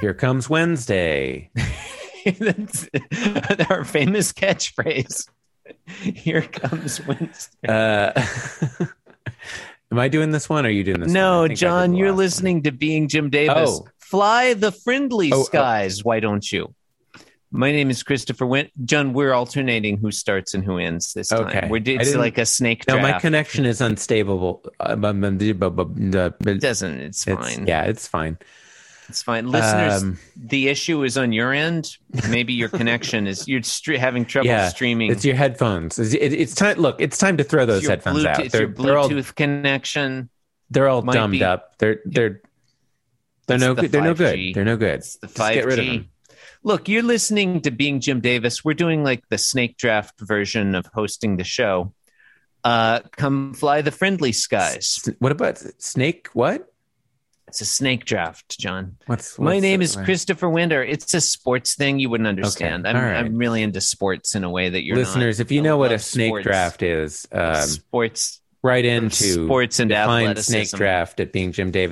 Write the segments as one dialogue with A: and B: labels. A: Here comes Wednesday.
B: That's our famous catchphrase. Here comes Wednesday.
A: Uh, am I doing this one? Or are you doing this? one? I
B: no,
A: think I did
B: John,
A: the
B: you're
A: last one.
B: listening to Being Jim Davis.
A: Oh.
B: Fly the friendly
A: Oh, oh.
B: skies. Why don't you? My name is Christopher Wint. John, we're alternating who starts and who ends this time.
A: Okay.
B: We're,
A: I
B: it's
A: didn't-
B: like a snake
A: No,
B: draft.
A: my connection is unstable. Uh, bu- bu- bu- bu- bu- bu- bu-
B: it doesn't. It's,
A: it's-
B: fine.
A: Yeah, it's fine.
B: It's fine. Listeners,
A: Um,
B: the issue is on your end. Maybe your connection is you're stre- having trouble
A: Yeah,
B: streaming.
A: it's your headphones. It's, it- it's time. Look, it's time to throw those
B: your
A: headphones
B: Bluetooth,
A: out.
B: It's
A: They're,
B: your
A: they're all
B: Bluetooth connection.
A: they're all
B: might
A: dumbed
B: be-
A: up. They're they're they're
B: It's
A: no
B: the
A: good. They're no
B: 5G.
A: good. They're no good.
B: It's the
A: Just get rid of
B: 5G.
A: them.
B: Look, you're listening to Being Jim Davis. We're doing like the snake draft version of hosting the show. Uh, come fly the friendly skies.
A: S- What about snake? What?
B: It's a snake draft, John.
A: What's,
B: My
A: what's
B: name
A: the-
B: is Christopher Winder. It's a sports thing you wouldn't understand. I'm,
A: all right.
B: I'm really into sports in a way that you're
A: Listeners, if you
B: I
A: know what a
B: love
A: snake
B: sports.
A: draft is,
B: not.
A: um,
B: sports,
A: right into
B: sports and
A: define
B: athleticism.
A: snake draft at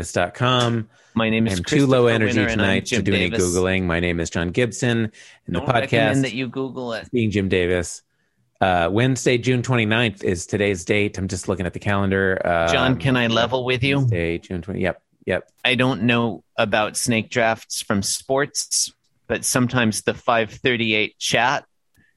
A: beingjimdavis.com.
B: My name is
A: I'm too low
B: Christopher
A: energy
B: Winter, and I'm
A: tonight to
B: Jim
A: do any
B: Davis.
A: googling. My name is John Gibson, and
B: Don't
A: the podcast
B: recommend that you Google it.
A: being Jim Davis. Uh, Wednesday, June 29th is today's date. I'm just looking at the calendar. Um,
B: John, can I level with you?
A: Wednesday, June 20. Yep, yep.
B: I don't know about snake drafts from sports, but sometimes the 538 chat,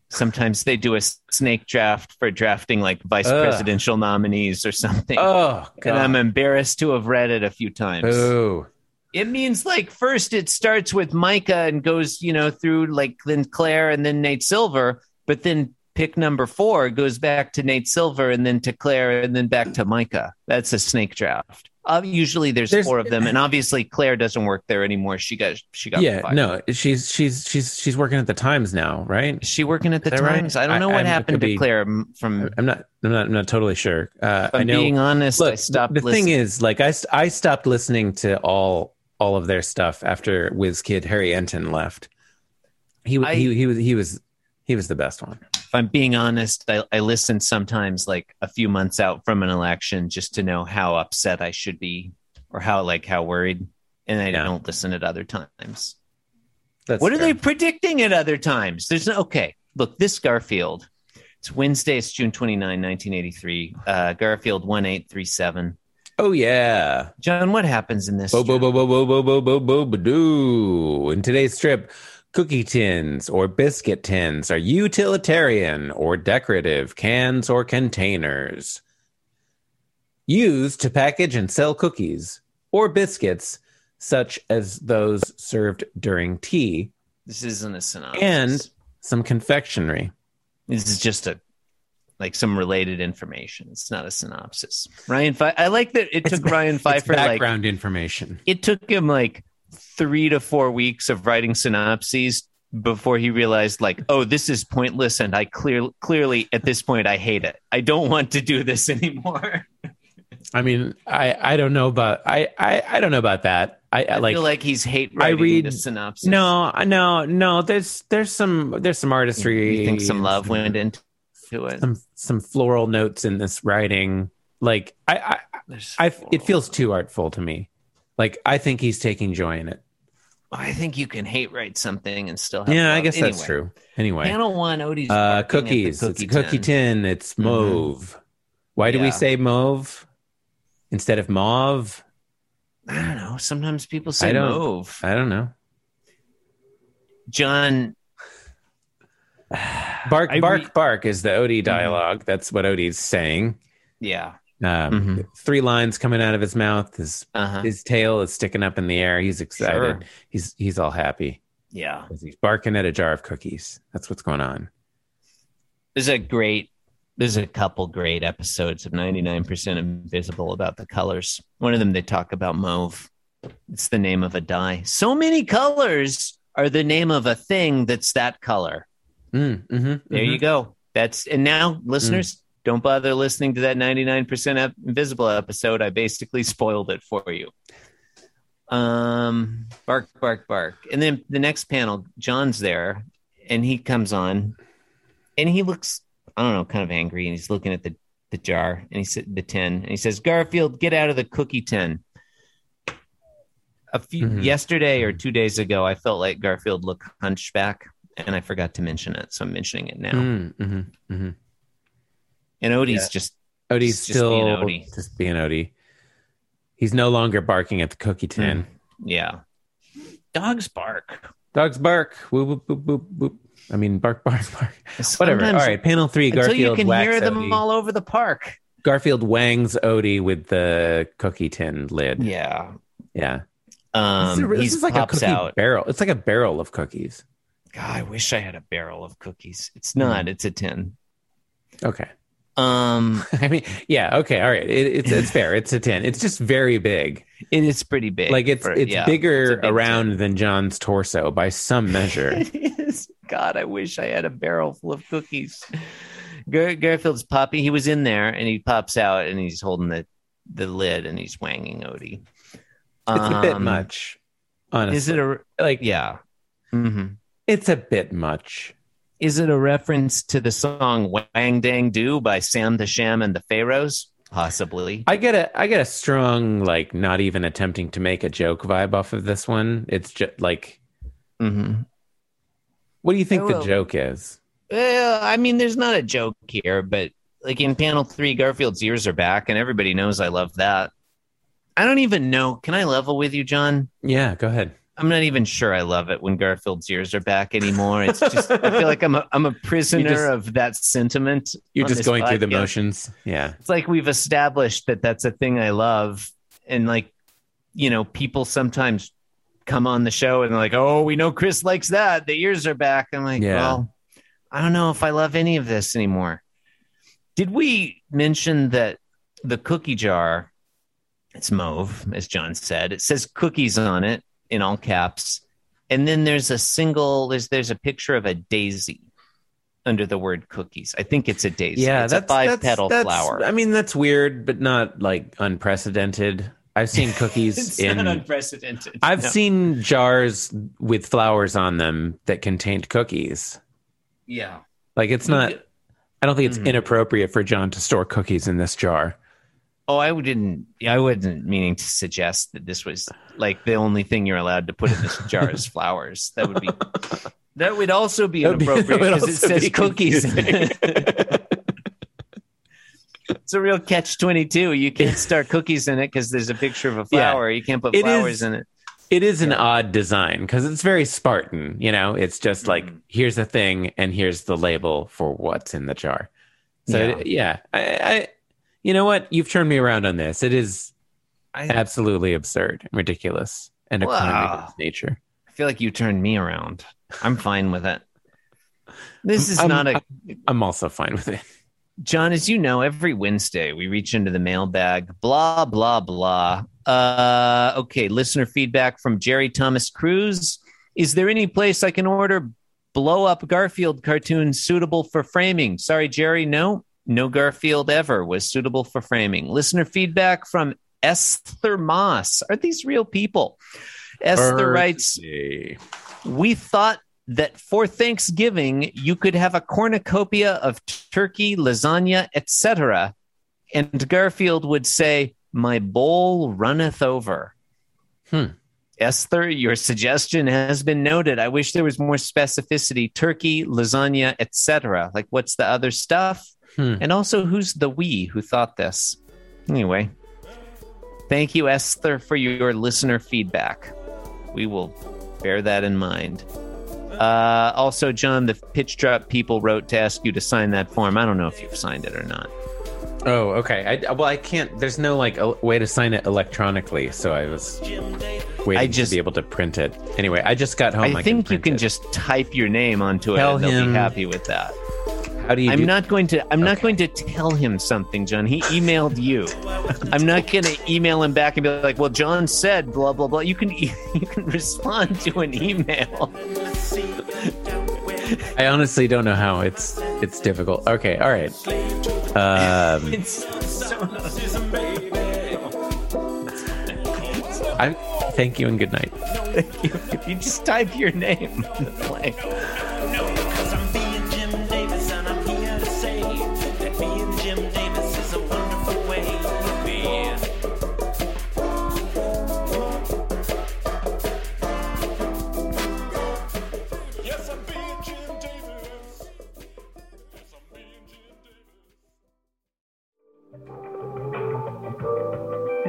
B: sometimes they do a s- snake draft for drafting like vice
A: Ugh.
B: presidential nominees or something.
A: Oh,
B: And I'm
A: God.
B: embarrassed to have read it a few times.
A: Oh,
B: It means like first it starts with Micah and goes, you know, through like then Claire and then Nate Silver, but then pick number four goes back to Nate Silver and then to Claire and then back to Micah. That's a snake draft. Uh, usually there's,
A: There's-
B: four of them, and obviously Claire doesn't work there anymore. She got she got
A: yeah.
B: fired.
A: No, she's she's she's she's working at the Times now, right?
B: Is she working at the
A: Is that right?
B: Times? I don't know
A: I-
B: what
A: I'm- it
B: happened
A: could
B: to
A: be-
B: Claire. m- From if
A: I'm not. I'm not. I'm not totally sure. Uh, I
B: I'm
A: know.
B: being honest, I
A: Look,
B: stopped.
A: the
B: listening.
A: thing is, like, I st- I stopped listening to all all of their stuff after WizKid Harry Enton left. He w-
B: I-
A: he he was he was he was the best one.
B: if I'm being honest, I, I listen sometimes like a few months out from an election just to know how upset I should be or how like how worried. And I
A: Yeah.
B: don't listen at other times.
A: That's
B: what are
A: fair.
B: they predicting at other times? There's no okay. Look, this Garfield. It's Wednesday, it's June 29, 1983. Uh, Garfield 1837.
A: Oh yeah,
B: John, what happens in this?
A: bo bo
B: chapter?
A: bo bo bo bo bo bo bo bo doo. In today's strip, cookie tins or biscuit tins are utilitarian or decorative cans or containers used to package and sell cookies or biscuits, such as those served during tea.
B: This isn't a synopsis.
A: And- Some confectionery.
B: This is just a like some related information. It's not a synopsis. Ryan, Fe- I like that it
A: It's
B: took Ryan
A: It's
B: Pfeiffer like
A: background information.
B: it took him like three to four weeks of writing synopses before he realized like oh this is pointless and i clear, clearly at this point i hate it i don't want to do this anymore
A: I mean, I I don't know about I I, I don't know about that. I, I
B: i
A: like
B: feel like he's hate writing
A: read-
B: the synopsis
A: No, no, no. There's there's some there's some artistry.
B: you think some love went into it
A: some some floral notes in this writing. Like I,
B: There's-
A: I, I it feels too artful to me. Like I think he's taking joy in it.
B: i think you can hate write something and still have
A: Yeah, I
B: love.
A: guess that's
B: Anyway,
A: true. Anyway,
B: panel one odie's
A: uh,
B: barking at the
A: cookies. it's a cookie tin. It's
B: Mhm.
A: mauve. Why do
B: Yeah.
A: we say mauve instead of mauve?
B: i don't know sometimes people say
A: I don't-
B: move
A: I don't know.
B: john
A: Bark,
B: I re- Mm-hmm.
A: bark, bark is the Odie dialogue. That's what Odie's saying.
B: yeah
A: Um,
B: Mhm.
A: Three lines coming out of his mouth is
B: uh-huh
A: his tail is sticking up in the air. He's excited.
B: Sure.
A: He's he's all happy.
B: yeah
A: 'cause He's barking at a jar of cookies. That's what's going on.
B: there's a great there's a couple great episodes of 99% invisible about the colors one of them they talk about mauve it's the name of a dye so many colors are the name of a thing that's that color
A: Mm, hmm
B: there you go that's and now listeners don't bother listening to that 99% ep- invisible episode i basically spoiled it for you um bark bark bark and then the next panel john's there and he comes on and he looks i don't know kind of angry and he's looking at the the jar and he said the tin and he says garfield get out of the cookie tin a few
A: Mhm.
B: yesterday or two days ago, I felt like Garfield looked hunchback, and I forgot to mention it, so I'm mentioning it now.
A: Mm, mhm, mhm.
B: And Odie's
A: Yeah.
B: just
A: Odie's
B: Just being
A: still
B: Odie.
A: just being Odie. He's no longer barking at the cookie tin.
B: yeah. Dogs bark.
A: Dogs bark. Whoop, whoop, boop, boop, boop. I mean, bark, bark, bark. Whatever.
B: Sometimes-
A: all right. Panel three.
B: Until
A: Garfield
B: you can
A: whacks
B: hear them
A: Odie.
B: all over the park.
A: Garfield wangs Odie with the cookie tin lid.
B: Yeah.
A: Yeah. this is,
B: Um,
A: a- this
B: he's
A: is like a
B: pops
A: cookie
B: out.
A: barrel. It's like a barrel of cookies.
B: God, I wish I had a barrel of cookies.
A: Hmm.
B: It's not. It's a tin.
A: Okay.
B: Um,
A: I mean, yeah. Okay. All right. It, it's it's fair. It's a tin. It's just very big.
B: it is pretty big.
A: Like it's
B: for-
A: it's
B: yeah.
A: bigger
B: It's a big
A: around than John's torso by some measure.
B: It is. God, I wish I had a barrel full of cookies. Gar- Garfield's poppy. He was in there, and he pops out, and he's holding the the lid, and he's wanging Odie.
A: it's a bit
B: Um,
A: much. Honestly,
B: Is it a
A: like
B: yeah? Mhm.
A: it's a bit much.
B: Is it a reference to the song "Wang Dang Do" by Sam the Sham and the Pharaohs? Possibly.
A: I get a I get a strong like not even attempting to make a joke vibe off of this one. It's just like,
B: Mm-hmm.
A: what do you think
B: I
A: the
B: will-
A: joke is?
B: Well, I mean, there's not a joke here, but like in panel three, Garfield's ears are back, and everybody knows I love that. I don't even know. Can I level with you, John?
A: Yeah, go ahead.
B: I'm not even sure I love it when Garfield's ears are back anymore. It's just I feel like I'm a I'm a prisoner
A: just-
B: of that sentiment.
A: You're
B: on
A: just
B: this
A: going through the
B: podcast.
A: motions. Yeah.
B: It's like we've established that that's a thing I love, and like you know, people sometimes come on the show and they're like, "Oh, we know Chris likes that. The ears are back." I'm like,
A: Yeah.
B: "Well, I don't know if I love any of this anymore." Did we mention that the cookie jar? It's mauve, as John said. It says cookies on it in all caps, and then there's a single. There's there's a picture of a daisy under the word cookies. I think it's a daisy.
A: Yeah,
B: it's
A: that's
B: a five petal
A: that's-
B: flower.
A: I mean, that's weird, but not like unprecedented. I've seen cookies
B: It's
A: in.
B: not unprecedented.
A: I've
B: No.
A: seen jars with flowers on them that contained cookies.
B: Yeah.
A: Like it's not. I don't think it's
B: Mhm.
A: inappropriate for John to store cookies in this jar.
B: Oh, I didn't. I wasn't meaning to suggest that this was like the only thing you're allowed to put in this jar is flowers. That would be. That would also be
A: That would be- that
B: inappropriate
A: would
B: because it
A: also
B: says
A: be
B: cookies. in
A: confusing.
B: it. it's a real catch twenty two. You can't start cookies in it because there's a picture of a
A: Yeah.
B: flower. You can't put
A: It
B: flowers
A: is-
B: in it.
A: It is an
B: Yeah.
A: odd design because it's very Spartan. You know, it's just like
B: Mhm.
A: here's a thing and here's the label for what's in the jar. So
B: Yeah.
A: yeah, I, I, you know what? You've turned me around on this. It is
B: I,
A: absolutely absurd and ridiculous and a crime
B: Wow.
A: against nature.
B: I feel like you turned me around. I'm fine with it. This is
A: I'm-
B: not a
A: I'm also fine with it.
B: John, as you know, every Wednesday we reach into the mailbag, blah, blah, blah. Uh, okay, listener feedback from Jerry Thomas Cruz. Is there any place I can order blow up Garfield cartoons suitable for framing? Sorry, Jerry, no. No Garfield ever was suitable for framing. Listener feedback from Esther Moss. Are these real people? Esther writes, we thought that for Thanksgiving you could have a cornucopia of turkey, lasagna, etc. And Garfield would say, "My bowl runneth over."
A: Hmm.
B: Esther, your suggestion has been noted. I wish there was more specificity: turkey, lasagna, etc. Like, what's the other stuff?
A: Hmm.
B: And also, who's the we who thought this? Anyway, thank you, Esther, for your listener feedback. We will bear that in mind. Uh, also, John, the pitch drop people wrote to ask you to sign that form. I don't know if you've signed it or not.
A: Oh, okay. I, well, I can't. There's no like a way to sign it electronically, so I was waiting
B: I
A: to
B: just-
A: be able to print it. Anyway, I just got home.
B: I think you
A: print
B: can
A: it.
B: just type your name onto it,
A: Tell
B: and they'll
A: him-
B: be happy with that.
A: How do you?
B: I'm
A: do-
B: not going to. I'm not
A: Okay.
B: going to tell him something, John. He emailed you. I'm not going to email him back and be like, "Well, John said blah blah blah." You can e- you can respond to an email.
A: I honestly don't know how. It's it's difficult. Okay. All right. Um,
B: It's so
A: I thank you and good night.
B: you, you just type your name. on the blank.
C: Cause I'm being Jim Davis and I'm here to say that being Jim Davis is a wonderful way to be.